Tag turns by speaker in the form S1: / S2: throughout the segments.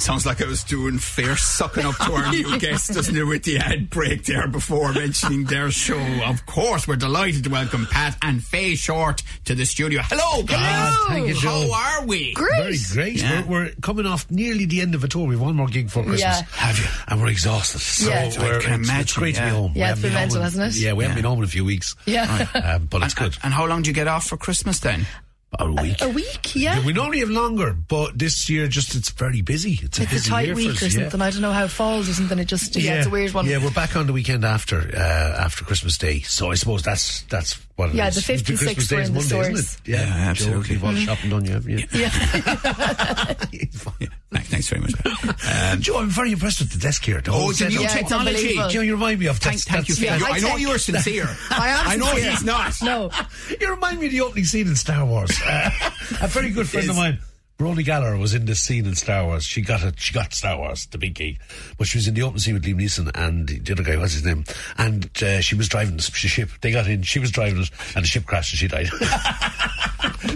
S1: Sounds like I was doing fair sucking up to our new guest, doesn't it, with the ad break there before mentioning their show. Of course, we're delighted to welcome Pat and Faye Short to the studio. Hello, Pat.
S2: Ah, thank you, Joe.
S1: How are we?
S2: Very great.
S1: Yeah.
S2: We're, we're coming off nearly the end of a tour. We've one more gig for Christmas.
S3: Yeah.
S2: Have you? And we're exhausted. So
S3: Yeah. I
S2: we're,
S1: can
S2: it's, it's
S1: imagine,
S2: great to
S1: yeah.
S2: be home.
S3: Yeah, it's
S2: We
S3: been
S2: haven't
S3: mental,
S2: home in-
S3: hasn't it?
S2: Yeah, we haven't been home in a few weeks.
S3: Yeah.
S2: Um, but it's good.
S1: And, and how long do you get off for Christmas then?
S2: About a week.
S3: A week, yeah.
S2: We normally have longer, but this year just it's very busy. It's a
S3: It's
S2: busy
S3: a tight
S2: year for
S3: week
S2: us,
S3: or
S2: yeah.
S3: something. I don't know how it falls or something. It just yeah, it's a weird one.
S2: Yeah, we're back on the weekend after uh, after Christmas Day, so I suppose that's that's what. It
S3: Yeah,
S2: is.
S3: the 5th and
S2: Christmas
S3: 6th
S2: Day
S3: were
S2: is
S3: in the
S2: Monday,
S3: stores.
S2: isn't it?
S1: Yeah,
S2: Joe,
S1: absolutely.
S2: You've all shopping done, you haven't you?
S3: Yeah.
S1: Thanks, thanks very much.
S2: And Joe, I'm very impressed with the desk here. The whole
S1: Oh, it's a
S2: setup.
S1: new
S3: Yeah, it's
S1: technology.
S3: unbelievable.
S2: Joe, you remind me of
S1: Thank,
S2: that's-
S1: thank you, Faye.
S2: that's-
S1: You- I know
S3: high-tech.
S1: you're sincere.
S3: I am
S1: I know
S3: sincere.
S1: he's not.
S3: no.
S2: You remind me of the opening scene in Star Wars. Uh, a very good friend of mine, Brony Gallagher, was in this scene in Star Wars. She got it. She got Star Wars, the big key. But she was in the open scene with Liam Neeson and the other guy. What's his name? And uh, she was driving the sh- ship. They got in. She was driving it, and the ship crashed, and she died.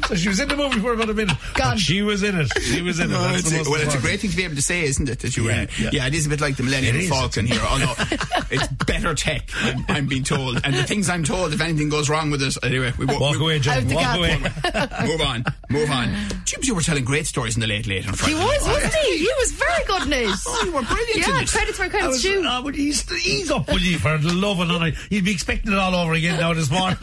S2: so she was in the movie for about a minute.
S3: Gone.
S2: But she was in it. She was in it.
S1: No,
S2: That's
S1: it's
S2: the
S1: a-
S2: most
S1: well, it's a
S2: important.
S1: great thing to be able to say, isn't it? That you were
S2: Yeah,
S1: in. Yeah.
S2: yeah.
S1: it is a bit like the Millennium
S2: It is.
S1: Falcon here, although it's better tech, I'm, I'm being told. And the things I'm told, if anything goes wrong with it, anyway, we won't.
S2: Walk
S1: we-
S2: away,
S3: Out
S2: John.
S3: the
S2: Walk
S3: cab.
S2: away.
S1: move on, move on. Jim, you were telling great stories in the late late on
S3: He
S1: Friday.
S3: was, wasn't he? He was very good news.
S1: Oh, you were brilliant in
S3: Yeah,
S1: it.
S3: credits where
S2: I
S3: credits
S2: was, uh,
S3: due.
S2: I would ease, ease up, will you, for the love of honor. You'd be expecting it all over again now this morning.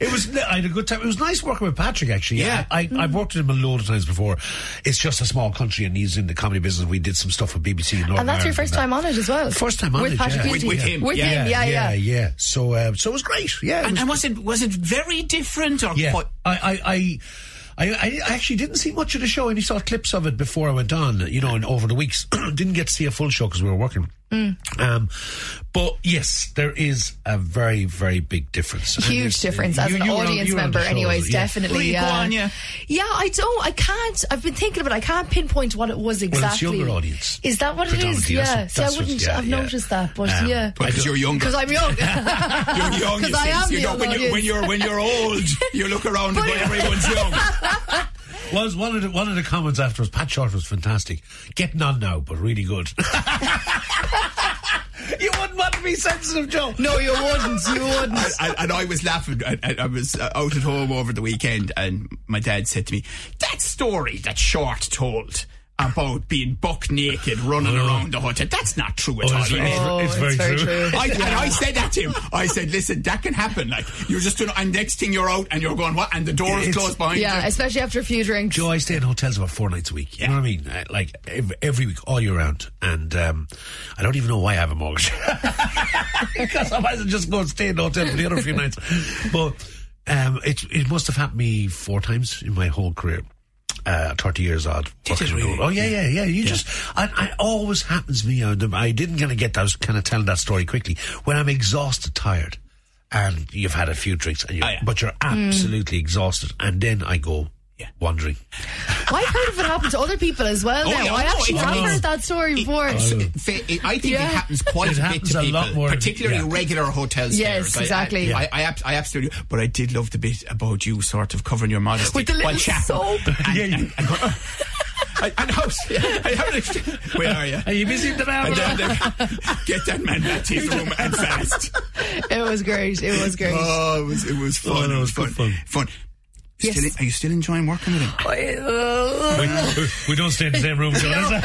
S2: it was, I had a good time. It was nice working with Patrick, actually.
S1: Yeah.
S2: I, I, I've worked with him a load of times before. It's just a small country and he's in the comedy business. We did some stuff with BBC in Northern
S3: And that's your
S2: Ireland
S3: first
S2: and
S3: time on it as well.
S2: First time on
S3: with
S2: it,
S3: Patrick
S2: yeah.
S3: With,
S1: With- with him,
S3: him. With
S1: yeah.
S3: him, yeah,
S2: that.
S3: yeah.
S2: Yeah, yeah. So, uh, so it was great. Yeah. it
S1: And,
S2: was
S1: and was it was it very different or
S2: yeah,
S1: quite?
S2: I, I, I. I, I actually didn't see much of the show. I only saw clips of it before I went on, you know, and over the weeks. didn't get to see a full show because we were working.
S3: Mm.
S2: Um, but yes, there is a very, very big difference. And
S3: huge
S2: it's-
S3: difference as
S2: you-
S3: an
S2: you were on-
S3: audience
S2: you were on the
S3: member
S2: show,
S3: anyways
S2: yeah.
S3: definitely
S1: Well, you go
S3: yeah.
S1: on, yeah.
S3: yeah i don't i can't i've been thinking about it i can't pinpoint what it was exactly
S2: younger audience,
S3: is that what it is
S2: predominantly. That's
S3: yeah
S2: what-
S3: see i
S2: that's what-
S3: wouldn't
S2: yeah,
S3: have
S2: yeah.
S3: noticed that but
S2: Um,
S3: yeah
S2: but-
S1: Because you're younger.
S3: because i'm young
S1: You're young. you
S3: 'Cause I
S1: see,
S3: am
S1: so you
S3: the
S1: don't- when,
S3: young
S1: you're, when you're when you're old, you look around and go, everyone's young.
S2: Was one of the one of the comments afterwards. Pat Short was fantastic. Getting on now, but really good. you wouldn't want to be sensitive, Joe.
S3: no you wouldn't you wouldn't
S1: I, I, and I was laughing. I, I- I was uh, out at home over the weekend, and my dad said to me, "That story that Short told about being buck naked running around the hotel, that's not true at all."
S2: it's,
S1: you know."
S3: Oh,
S2: it's, very, true.
S1: I, and I said that to him. I said, "Listen, that can happen. Like you're just doing, and next thing you're out, and you're going what? And the door is
S2: It's-
S1: closed behind
S3: yeah
S1: you.
S3: especially after a few drinks
S2: Joe, I stay in hotels about four nights a week. You know what I mean? Uh, Like every, every week, all year round. And um, I don't even know why I have a mortgage. Because I might as well just go and stay in the hotel for the other few nights. But um, it, it must have happened me four times in my whole career. Uh, 30 years odd.
S1: Did it
S2: working in
S1: really?
S2: Dublin. Oh, yeah, yeah, yeah. You just, I, I always happens to me. uh, the- I didn't kind of get that. I was kind of telling that story quickly. When I'm exhausted, tired, and you've had a few drinks, and you're,
S1: Oh, yeah.
S2: but you're absolutely exhausted. And then I go
S1: Yeah.
S2: wandering.
S3: i've heard of it happen to other people as well
S1: Oh,
S3: now
S1: yeah,
S3: i
S1: oh,
S3: actually
S1: it
S3: have
S1: does.
S3: heard that story before
S1: So, fa- it- I think
S3: Yeah.
S1: it happens quite
S2: It
S1: a bit
S2: happens
S1: to
S2: a
S1: people,
S2: lot more than-
S1: particularly
S2: yeah.
S1: regular hotel stairs.
S3: Yes,
S1: I- I-
S3: exactly.
S1: I, I, abs- I absolutely. But I did love the bit about you sort of covering your modesty
S3: With the
S1: while
S3: little
S1: chatting.
S3: soap.
S1: And,
S2: Yeah,
S1: and,
S2: you-
S1: and, go, "Uh, I- and house. Yeah, I haven't ex- Where are you?
S2: Are you busy at the
S1: And then, then get that man back to his room and fast.
S3: it was great it was great
S1: Oh, it was it was
S2: Oh,
S1: fun.
S2: no,
S1: it was
S2: it's good
S1: fun.
S2: fun.
S1: Fun.
S3: Yes.
S1: Still, are you still enjoying working with him?
S2: we, we don't stay in the same room, John.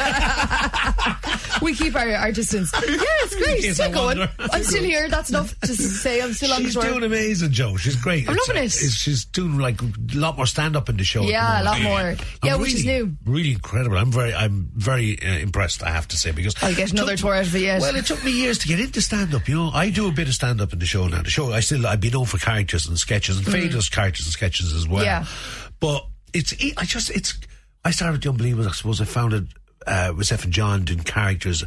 S3: We keep our, our distance. Yeah, it's great.
S2: case
S3: Still
S2: I
S3: going.
S2: wonder.
S3: I'm still here. That's enough to say. I'm still on
S2: She's
S3: the tour.
S2: doing amazing, Joe. She's great.
S3: I'm
S2: It's-
S3: loving it.
S2: it's- She's doing like a lot more stand up in the show. at the
S3: Yeah, a lot
S2: moment.
S3: more.
S2: I'm
S3: Yeah, which is
S2: really-
S3: new.
S2: Really incredible. I'm very, I'm very uh, impressed. I have to say because
S3: I'll get
S2: it
S3: another
S2: took-
S3: tour out of it yet.
S2: Well, it took me years to get into stand up. You know, I do a bit of stand up in the show now. The show, I still, I'd be known for characters and sketches, and Faye does characters and sketches as well.
S3: Mm. Yeah.
S2: But it's, I just, it's, I started with The Unbelievable, I suppose I found it uh, with Seth and John doing characters.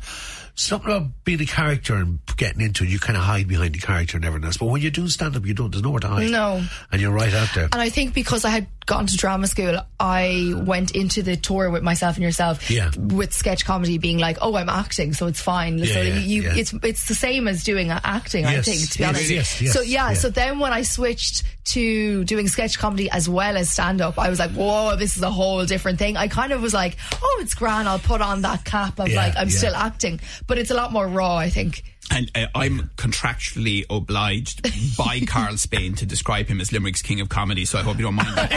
S2: Something about being a character and getting into it, you kind of hide behind the character and everything else. But when you're doing stand up, you don't, there's nowhere to hide.
S3: No.
S2: And you're right out there.
S3: and I think because I had gone to drama school, I went into the tour with myself and yourself
S2: Yeah.
S3: with sketch comedy being like, oh, I'm acting, so it's fine.
S2: Yeah,
S3: so
S2: yeah,
S3: you,
S2: yeah.
S3: it's it's the same as doing uh, acting, I
S2: Yes,
S3: think, to be
S2: yes,
S3: honest.
S2: yes, yes,
S3: so yeah,
S2: yeah.
S3: so then when I switched to doing sketch comedy as well as stand up, I was like, whoa, this is a whole different thing. I kind of was like, oh, it's grand. I'll put on that cap of
S2: Yeah,
S3: like, I'm
S2: yeah.
S3: still acting, but it's a lot more raw, I think.
S1: And uh, I'm contractually obliged by Carl Spain to describe him as Limerick's king of comedy, so I hope you don't mind, that,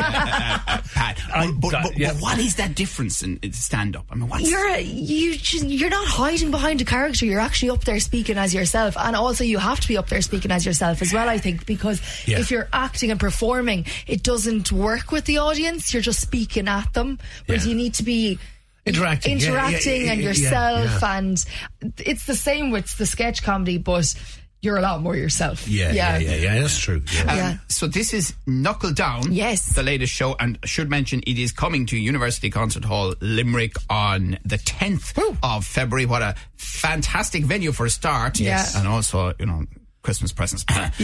S1: uh, uh, uh, Pat.
S2: I-
S1: But, but,
S2: that-
S1: but-
S2: yeah.
S1: but what is that difference in stand up? I mean, what's
S3: You're a, you just, you're not hiding behind a character. You're actually up there speaking as yourself, and also you have to be up there speaking as yourself as well. I think because
S2: Yeah.
S3: if you're acting and performing, it doesn't work with the audience. You're just speaking at them, whereas
S2: Yeah.
S3: you need to be
S2: Interacting, yeah, yeah,
S3: interacting,
S2: yeah,
S3: and
S2: yeah,
S3: yourself.
S2: yeah.
S3: And it's the same with the sketch comedy, but you're a lot more yourself.
S2: Yeah, yeah, yeah, yeah, that's true. Yeah.
S1: Um,
S3: Yeah.
S1: So this is Knuckle Down.
S3: Yes.
S1: The latest show, and I should mention it is coming to University Concert Hall Limerick on the 10th of February. What a fantastic venue for a start.
S3: Yes. Yeah.
S1: And also, you know, Christmas presents.
S3: Yeah.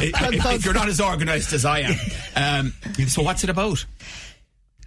S1: if, if- if you're not as organised as I am. Um, so what's it about?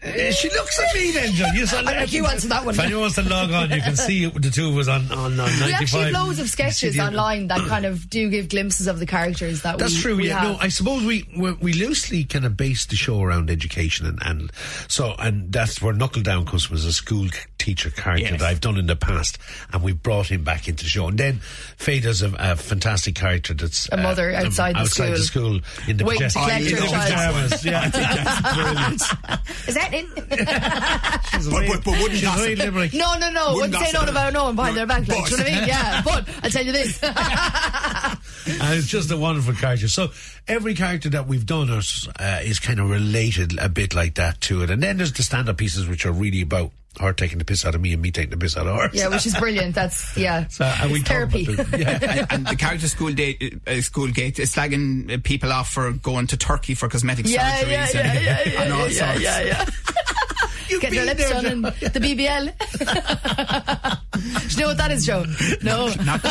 S2: Uh, She looks at me then, John. Yes, I
S3: think you answered that one.
S2: If anyone wants to log on, you can see it- the two of us on, on, on 95.
S3: We actually have loads of
S2: You see
S3: sketches
S2: the-
S3: online that kind of do give glimpses of the characters that
S2: That's
S3: we,
S2: true.
S3: we
S2: yeah,
S3: have.
S2: no, I suppose we we we loosely kind of base the show around education, and, and so and that's where Knuckle Down comes was a school c- teacher character
S1: Yes.
S2: that I've done in the past, and we brought him back into the show. And then Faye does a, a fantastic character that's uh, um,
S3: A mother outside the
S2: outside the
S3: school.
S2: school in the
S3: Waiting to collect
S2: pajas- in
S1: her
S2: the
S1: child.
S2: pajamas. Yeah, I think that's brilliant.
S3: Is that it?
S1: But, but, but wouldn't
S2: She's
S1: gossip.
S2: very liberal.
S3: No, no, no.
S1: Wouldn't
S3: Wouldn't say
S1: gossip.
S3: no about no one behind
S1: No,
S3: their back. Like,
S1: but-
S3: do you know what I mean? Yeah, but I'll tell you this.
S2: and it's just a wonderful character. So every character that we've done is, uh, is kind of related a bit like that to it. And then there's the stand-up pieces, which are really about her taking the piss out of me and me taking the piss out of her.
S3: yeah, which is brilliant. That's yeah.
S2: So, and we
S3: It's
S2: talk about
S3: therapy.
S2: the- yeah.
S1: and, and the character school day, uh, school gate is slagging uh, people off for going to Turkey for cosmetic
S3: Yeah,
S1: surgeries
S3: yeah,
S1: and,
S3: yeah, yeah, yeah,
S1: and all
S3: yeah,
S1: sorts.
S3: yeah, yeah. Getting their
S2: been
S3: lips
S2: there,
S3: done in the BBL. do you know what that is, Joe? No.
S1: Not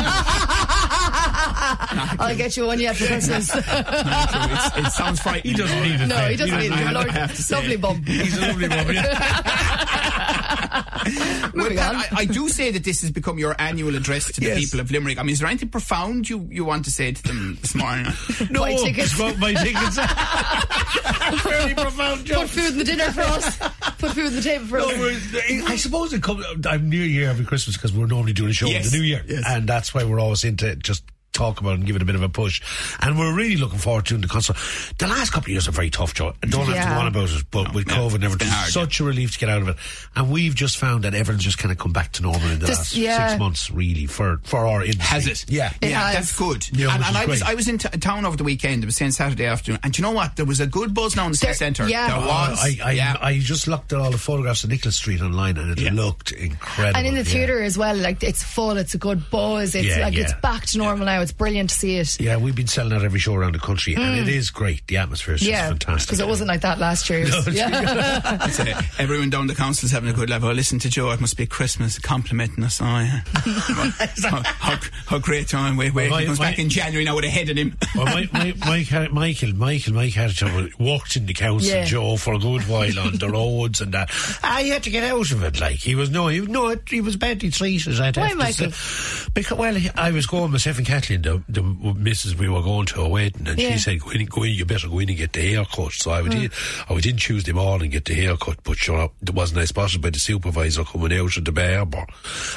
S3: I'll get you one yet for Christmas.
S1: It's- it sounds frightening.
S2: He doesn't need it.
S3: No, he doesn't need
S1: I
S3: it.
S1: have
S3: Lord,
S1: to say
S3: lovely
S1: it.
S3: bum.
S2: He's a lovely woman. Yeah.
S1: Well,
S3: Moving
S1: Pat,
S3: on.
S1: I, I do say that this has become your annual address to the
S2: Yes.
S1: people of Limerick. I mean, is there anything profound you, you want to say to them this morning?
S2: No,
S3: Buy tickets.
S2: it's about my tickets. Very profound
S3: Put
S2: joke.
S3: food in the dinner for us. Put food on the table for
S2: No,
S3: us.
S2: we're- I suppose it comes. uh, I'm New Year every Christmas because we're normally doing a show
S1: Yes,
S2: in the New Year,
S1: yes.
S2: and that's why we're always into just talk about it and give it a bit of a push. And we're really looking forward to the concert. The last couple of years are very tough, Joe. and Don't have to
S3: Yeah.
S2: go on about it, but with
S1: no,
S2: COVID and
S1: Oh, it's been
S2: everything,
S1: hard,
S2: such a relief to get out of it. And we've just found that everyone's just kind of come back to normal in the
S3: Just-
S2: last
S3: yeah.
S2: six months, really, for for our industry.
S1: Has it?
S2: Yeah.
S3: It
S1: yeah,
S3: has.
S1: that's good.
S2: Yeah,
S1: and
S2: which
S1: and
S2: is
S1: I was
S2: great.
S1: I was in t- town over the weekend. It was saying Saturday afternoon, and do you know what? There was a good buzz now in the city
S3: There-
S1: centre.
S3: yeah.
S1: there
S3: Oh,
S1: was.
S2: I, I,
S1: yeah.
S2: I just looked at all the photographs of Nicholas Street online and it
S1: Yeah.
S2: looked incredible.
S3: And in the
S2: yeah.
S3: theatre as well, like it's full, it's a good buzz, it's
S2: Yeah,
S3: like it's
S2: yeah.
S3: back to normal now. It's brilliant to see it.
S2: Yeah, we've been selling out every show around the country, and it is great. The atmosphere is
S3: Mm. Yeah,
S2: just fantastic.
S3: because it wasn't like that last year. It was- yeah.
S1: I'd say uh, everyone down the council's having a good laugh. Oh, listen to Joe. It must be Christmas complimenting us. Oh, yeah. how, how, how great time we're waiting.
S2: Well,
S1: he
S2: my-
S1: comes back
S2: my-
S1: in January now with a head in him.
S2: Well, my, my, my, car- Michael, Michael, Mike had walked in the council,
S3: Yeah.
S2: Joe, for a good while on the roads and that. I had to get out of it. Like he was no, he no, he was badly treated. I'd
S3: Why,
S2: have
S3: Michael?
S2: To say. Because well, he- I was going myself and Kathleen, the, the missus we were going to a wedding, and
S3: Yeah.
S2: she said, "Go in, go in, you better go in and get the haircut." So I would, in, I would in Tuesday morning get the haircut, but sure, up, there wasn't I spotted by the supervisor coming out of the barber,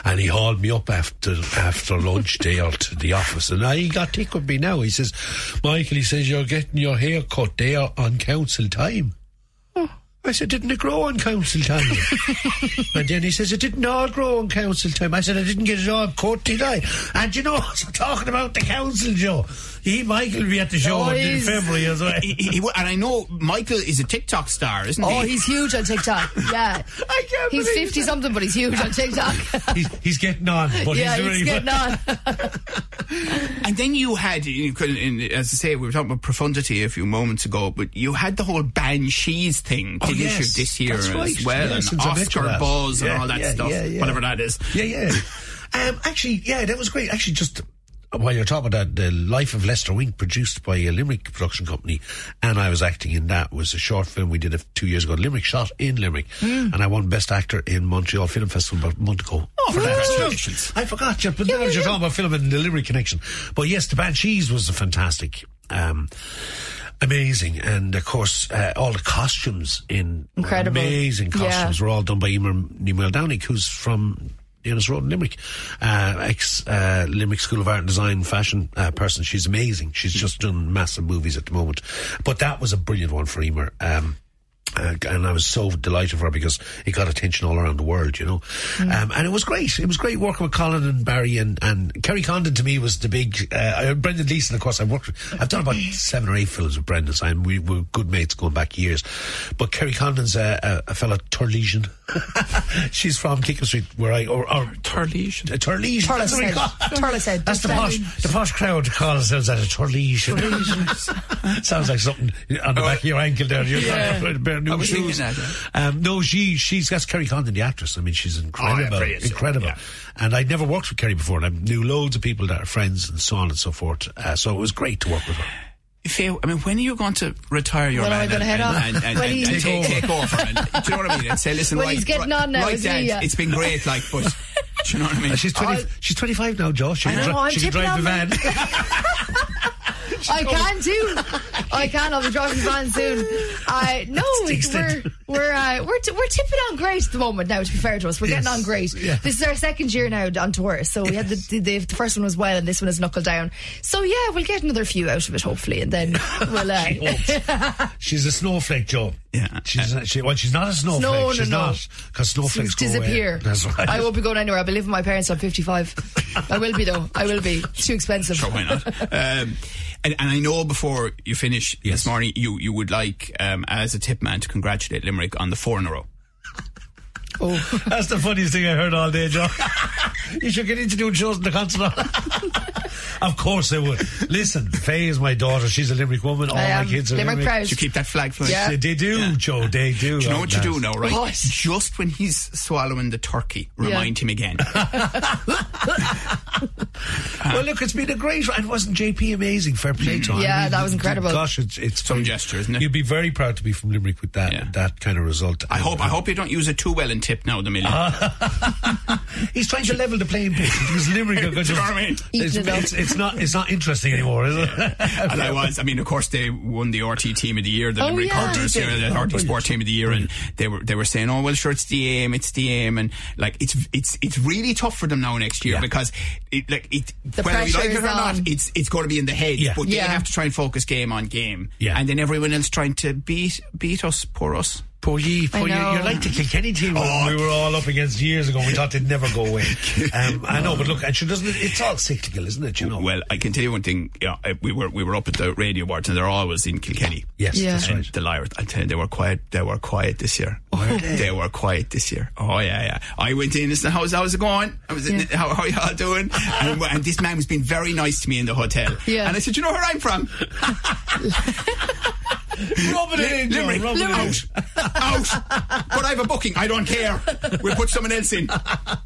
S2: and he hauled me up after after lunch there to the office, and I he got tick with me now. He says, "Michael," he says, "you're getting your haircut there on council time." I said, didn't it grow on council time? and then he says, it didn't all grow on council time. I said, I didn't get it all cut, did I? And you know, so talking about the council, Joe, he, Michael, will be at the show
S3: Oh,
S2: in
S3: he's-
S2: February as well.
S1: He- he- he wa- and I know Michael is a TikTok star, isn't he?
S3: Oh, he's huge on TikTok. Yeah.
S2: I can't
S3: He's
S2: believe
S3: 50 something, but he's huge on TikTok.
S2: he's, he's getting on, but
S3: yeah,
S2: he's
S3: he's,
S2: really
S3: getting on.
S1: And then you had, you could, in, as I say, we were talking about profundity a few moments ago, but you had the whole Banshees thing
S2: Oh,
S1: did
S2: yes.
S1: you, this year
S2: That's
S1: as
S2: right.
S1: well,
S2: Yeah,
S1: and
S2: since I mentioned
S1: Oscar
S2: that.
S1: buzz and
S2: Yeah,
S1: all that
S2: yeah,
S1: stuff,
S2: yeah, yeah.
S1: whatever that is.
S2: Yeah, yeah. um, actually, yeah, that was great. Actually, just while you're talking about that, The Life of Lester Wink, produced by a Limerick production company, and I was acting in that, was a short film we did a, two years ago, Limerick, shot in Limerick,
S1: Hmm.
S2: and I won Best Actor in Montreal Film Festival about a month ago. Oh,
S4: congratulations.
S2: I forgot you, but now you're talking about film and the Limerick connection. But yes, The Banshees was a fantastic. Um, amazing, and of course, uh, all the costumes in were
S3: Incredible.
S2: amazing
S3: Yeah.
S2: costumes were all done by Emer Nimel Downick, who's from Dennis Road in Limerick, uh, ex uh, Limerick School of Art and Design fashion uh, person. She's amazing. She's just done massive movies at the moment. But that was a brilliant one for Emer. Um, uh, and I was so delighted for her because it got attention all around the world, you know. Um, and it was great. It was great working with Colin and Barry and, and Kerry Condon to me was the big, uh, uh, Brendan Leeson, of course, I've worked with, I've done about seven or eight films with Brendan. So I'm, we were good mates going back years. But Kerry Condon's a, a, a fellow Turlesian. She's from Kicker Street where I, or, or
S1: Turlegian.
S2: a Turlesian.
S3: Turles
S2: That's what we
S3: said.
S2: call-
S3: Turles said.
S2: That's the
S3: Just
S2: posh,
S3: saying.
S2: the posh crowd call themselves that a Turlesian. Sounds like something on the back of your ankle there. You're yeah. bare new
S1: Oh. was thinking
S2: shoes.
S1: that,
S2: Um, no, she, she's, that's Kerry Condon, the actress. I mean, she's
S1: Oh,
S2: incredible.
S4: brilliant.
S2: incredible.
S4: Yeah.
S2: And I'd never worked with Kerry before, and I knew loads of people that are friends and so on and so forth. Uh, so it was great to work with her.
S1: Faye, I mean, when are you going to retire your
S3: When am I
S1: man
S3: gonna
S1: and-
S3: head
S1: and,
S3: off?
S1: and, and,
S3: When
S1: and,
S3: he-
S1: and take, take over? And, do you know what I mean? And say, listen,
S3: When
S1: right,
S3: he's getting
S1: right,
S3: on now,
S1: right,
S3: is he,
S1: Dad,
S3: uh,
S1: it's been great, like, but do you know what I mean?
S2: Uh, she's 20,
S3: I-
S2: she's 25 now, Josh. She
S3: I
S2: can,
S3: know,
S2: dri-
S3: I'm
S2: she can
S3: tipping
S2: drive the
S3: on
S2: van.
S3: I can too. I can. I'll be driving the van soon. I no,
S2: the
S3: it's- we're
S2: extent.
S3: we're uh, we're, t- we're tipping on great at the moment. Now, to be fair to us, we're getting
S2: Yes.
S3: on great.
S2: Yeah.
S3: This is our second year now on tour, so we had the, the, the the first one was well, and this one is knuckle down. So yeah, we'll get another few out of it hopefully, and then we'll. Uh,
S2: She's a snowflake, Joe.
S1: Yeah.
S2: She's, a- she, well, she's not a snowflake.
S3: No, no,
S2: she's
S3: no.
S2: not. Because snowflakes go away.
S3: disappear.
S2: That's right.
S3: I won't be going anywhere. I'll be living with my parents. I'm 55. I will be though. I will be. It's too expensive.
S1: Sure, why not? Um, and, and I know before you finish this morning, you, you would like, um, as a tip man, to congratulate Limerick on the four in a row.
S3: Oh,
S2: That's the funniest thing I heard all day, John. you should get into doing shows in the concert hall. of course they would. Listen, Faye is my daughter. She's a Limerick woman. All
S3: I
S2: my
S3: am
S2: kids are
S3: Limerick
S2: Limerick.
S3: proud.
S1: Do you keep that flag flying?
S3: Yeah.
S2: They, they do, Joe. They do.
S1: Do you know what you do
S2: now?
S1: now, right?
S3: What?
S1: Just when he's swallowing the turkey, remind him again.
S2: Well, look, it's been a great ride. Wasn't JP amazing? Fair play to him.
S3: Yeah,
S2: I mean,
S3: that was incredible.
S2: Gosh, it's, it's
S1: Some
S2: very-
S1: gesture, isn't it?
S2: You'd be very proud to be from Limerick with that
S1: Yeah.
S2: that kind of result.
S1: I hope I hope you don't use it too well in tip now, the million.
S2: he's trying to level the playing field because Limerick are going
S1: Do
S2: to.
S1: you know what I mean?
S2: It's,
S3: Eating it up.
S2: it's, it's not it's not interesting anymore, is it?
S1: And I was, I mean, of course, they won the RT Team of the Year, the
S3: Oh,
S1: Limerick
S3: yeah.
S1: Hurlers,
S2: Oh, did they?
S1: yeah, the
S2: Oh,
S1: RT
S2: brilliant.
S1: Sport Team of the Year, and they were they were saying, "Oh well, sure, it's the aim, it's the aim," and like it's it's it's really tough for them now next year
S2: Yeah.
S1: because it like it
S3: The
S1: whether we
S3: pressure
S1: like it
S3: is
S1: or not,
S3: on.
S1: it's it's going to be in the head,
S2: Yeah.
S1: but
S3: Yeah.
S1: they have to try and focus game on game,
S2: Yeah.
S1: and then everyone else trying to beat beat us, poor us.
S2: Poor ye, poor ye.
S3: know.
S2: You're like the Kilkenny team
S1: Oh.
S2: we were all up against years ago. We thought they'd never go away. Um, I know, but look, and sure doesn't it, it's all cyclical, isn't it? You know.
S1: Well, I can tell you one thing. Yeah, I- we were we were up at the radio awards, and they're always in Kilkenny.
S2: yes,
S3: Yeah.
S2: that's
S1: And
S2: right.
S1: the liars, I tell you, they were quiet. They were quiet this year.
S3: Oh,
S1: they? were quiet this year. Oh yeah, yeah. I went in and said, "How's how's it going? I was in,
S3: Yeah.
S1: how, how y'all doing?" and, and this man was being very nice to me in the hotel.
S3: Yeah.
S1: And I said, "You know where I'm from?
S2: Rub it in, Joe,
S1: Limerick.
S2: rub it in.
S1: Out,
S2: Uh,
S1: out. But I have a booking. I don't care. We'll put someone else in." Oh,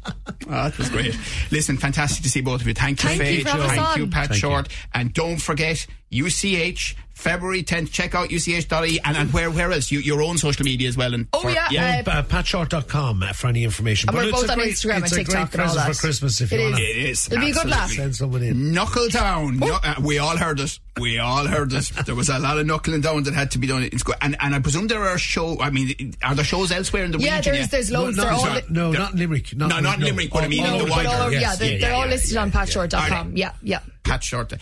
S1: that was great. Listen, fantastic to see both of you. Thank you,
S3: Thank you
S1: Faye.
S3: for having us
S1: Thank
S3: on.
S1: you, Pat
S2: Thank you.
S1: Short. And don't forget UCH. February 10th, check out UCH.ie E and, and where, where else? You, your own social media as well. And
S3: oh
S1: for-
S3: yeah.
S2: Yeah,
S3: uh,
S2: uh, patshort.com uh, for any information.
S3: And we're
S2: it's
S3: both
S2: a
S3: on
S2: great-
S3: Instagram and
S2: it's a great
S3: TikTok and all
S2: present
S3: that.
S2: for Christmas if
S3: It
S2: you
S3: is.
S2: want
S1: It is.
S3: It'll be a good laugh.
S1: absolutely.
S2: send someone in.
S1: Knuckle down. Knu- uh, we all heard it. We all heard it. There was a lot of knuckling down that had to be done. It's good. And, and I presume there are show. I mean, are there shows elsewhere in the
S3: Yeah,
S1: region?
S3: there's- there's loads.
S2: no,
S3: They're
S2: no,
S3: all
S2: sorry,
S3: li-
S2: no, not Limerick. Not
S1: No, not Limerick, but I mean
S2: all
S1: in the
S2: over
S1: wider-
S3: all over,
S2: yes,
S3: yeah, they're, they're all listed on patshort.com. Yeah, yeah.
S1: Pat Short.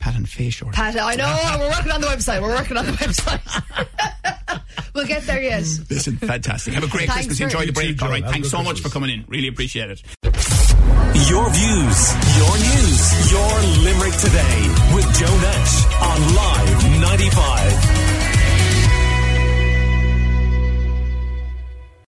S1: Pat and Faye Short.
S3: Pat, I know, we're working on the website. We're working on the website. we'll get there yet.
S1: Listen, fantastic. Have a great
S3: Thanks
S1: Christmas.
S3: for-
S1: Enjoy
S3: You
S1: the
S3: too,
S1: break. all
S2: Joe.
S1: right.
S2: Have a
S1: Thanks
S2: good
S1: so much for
S2: Christmas.
S1: coming in. Really appreciate it.
S5: Your views, your news, your Limerick today with Joe Nash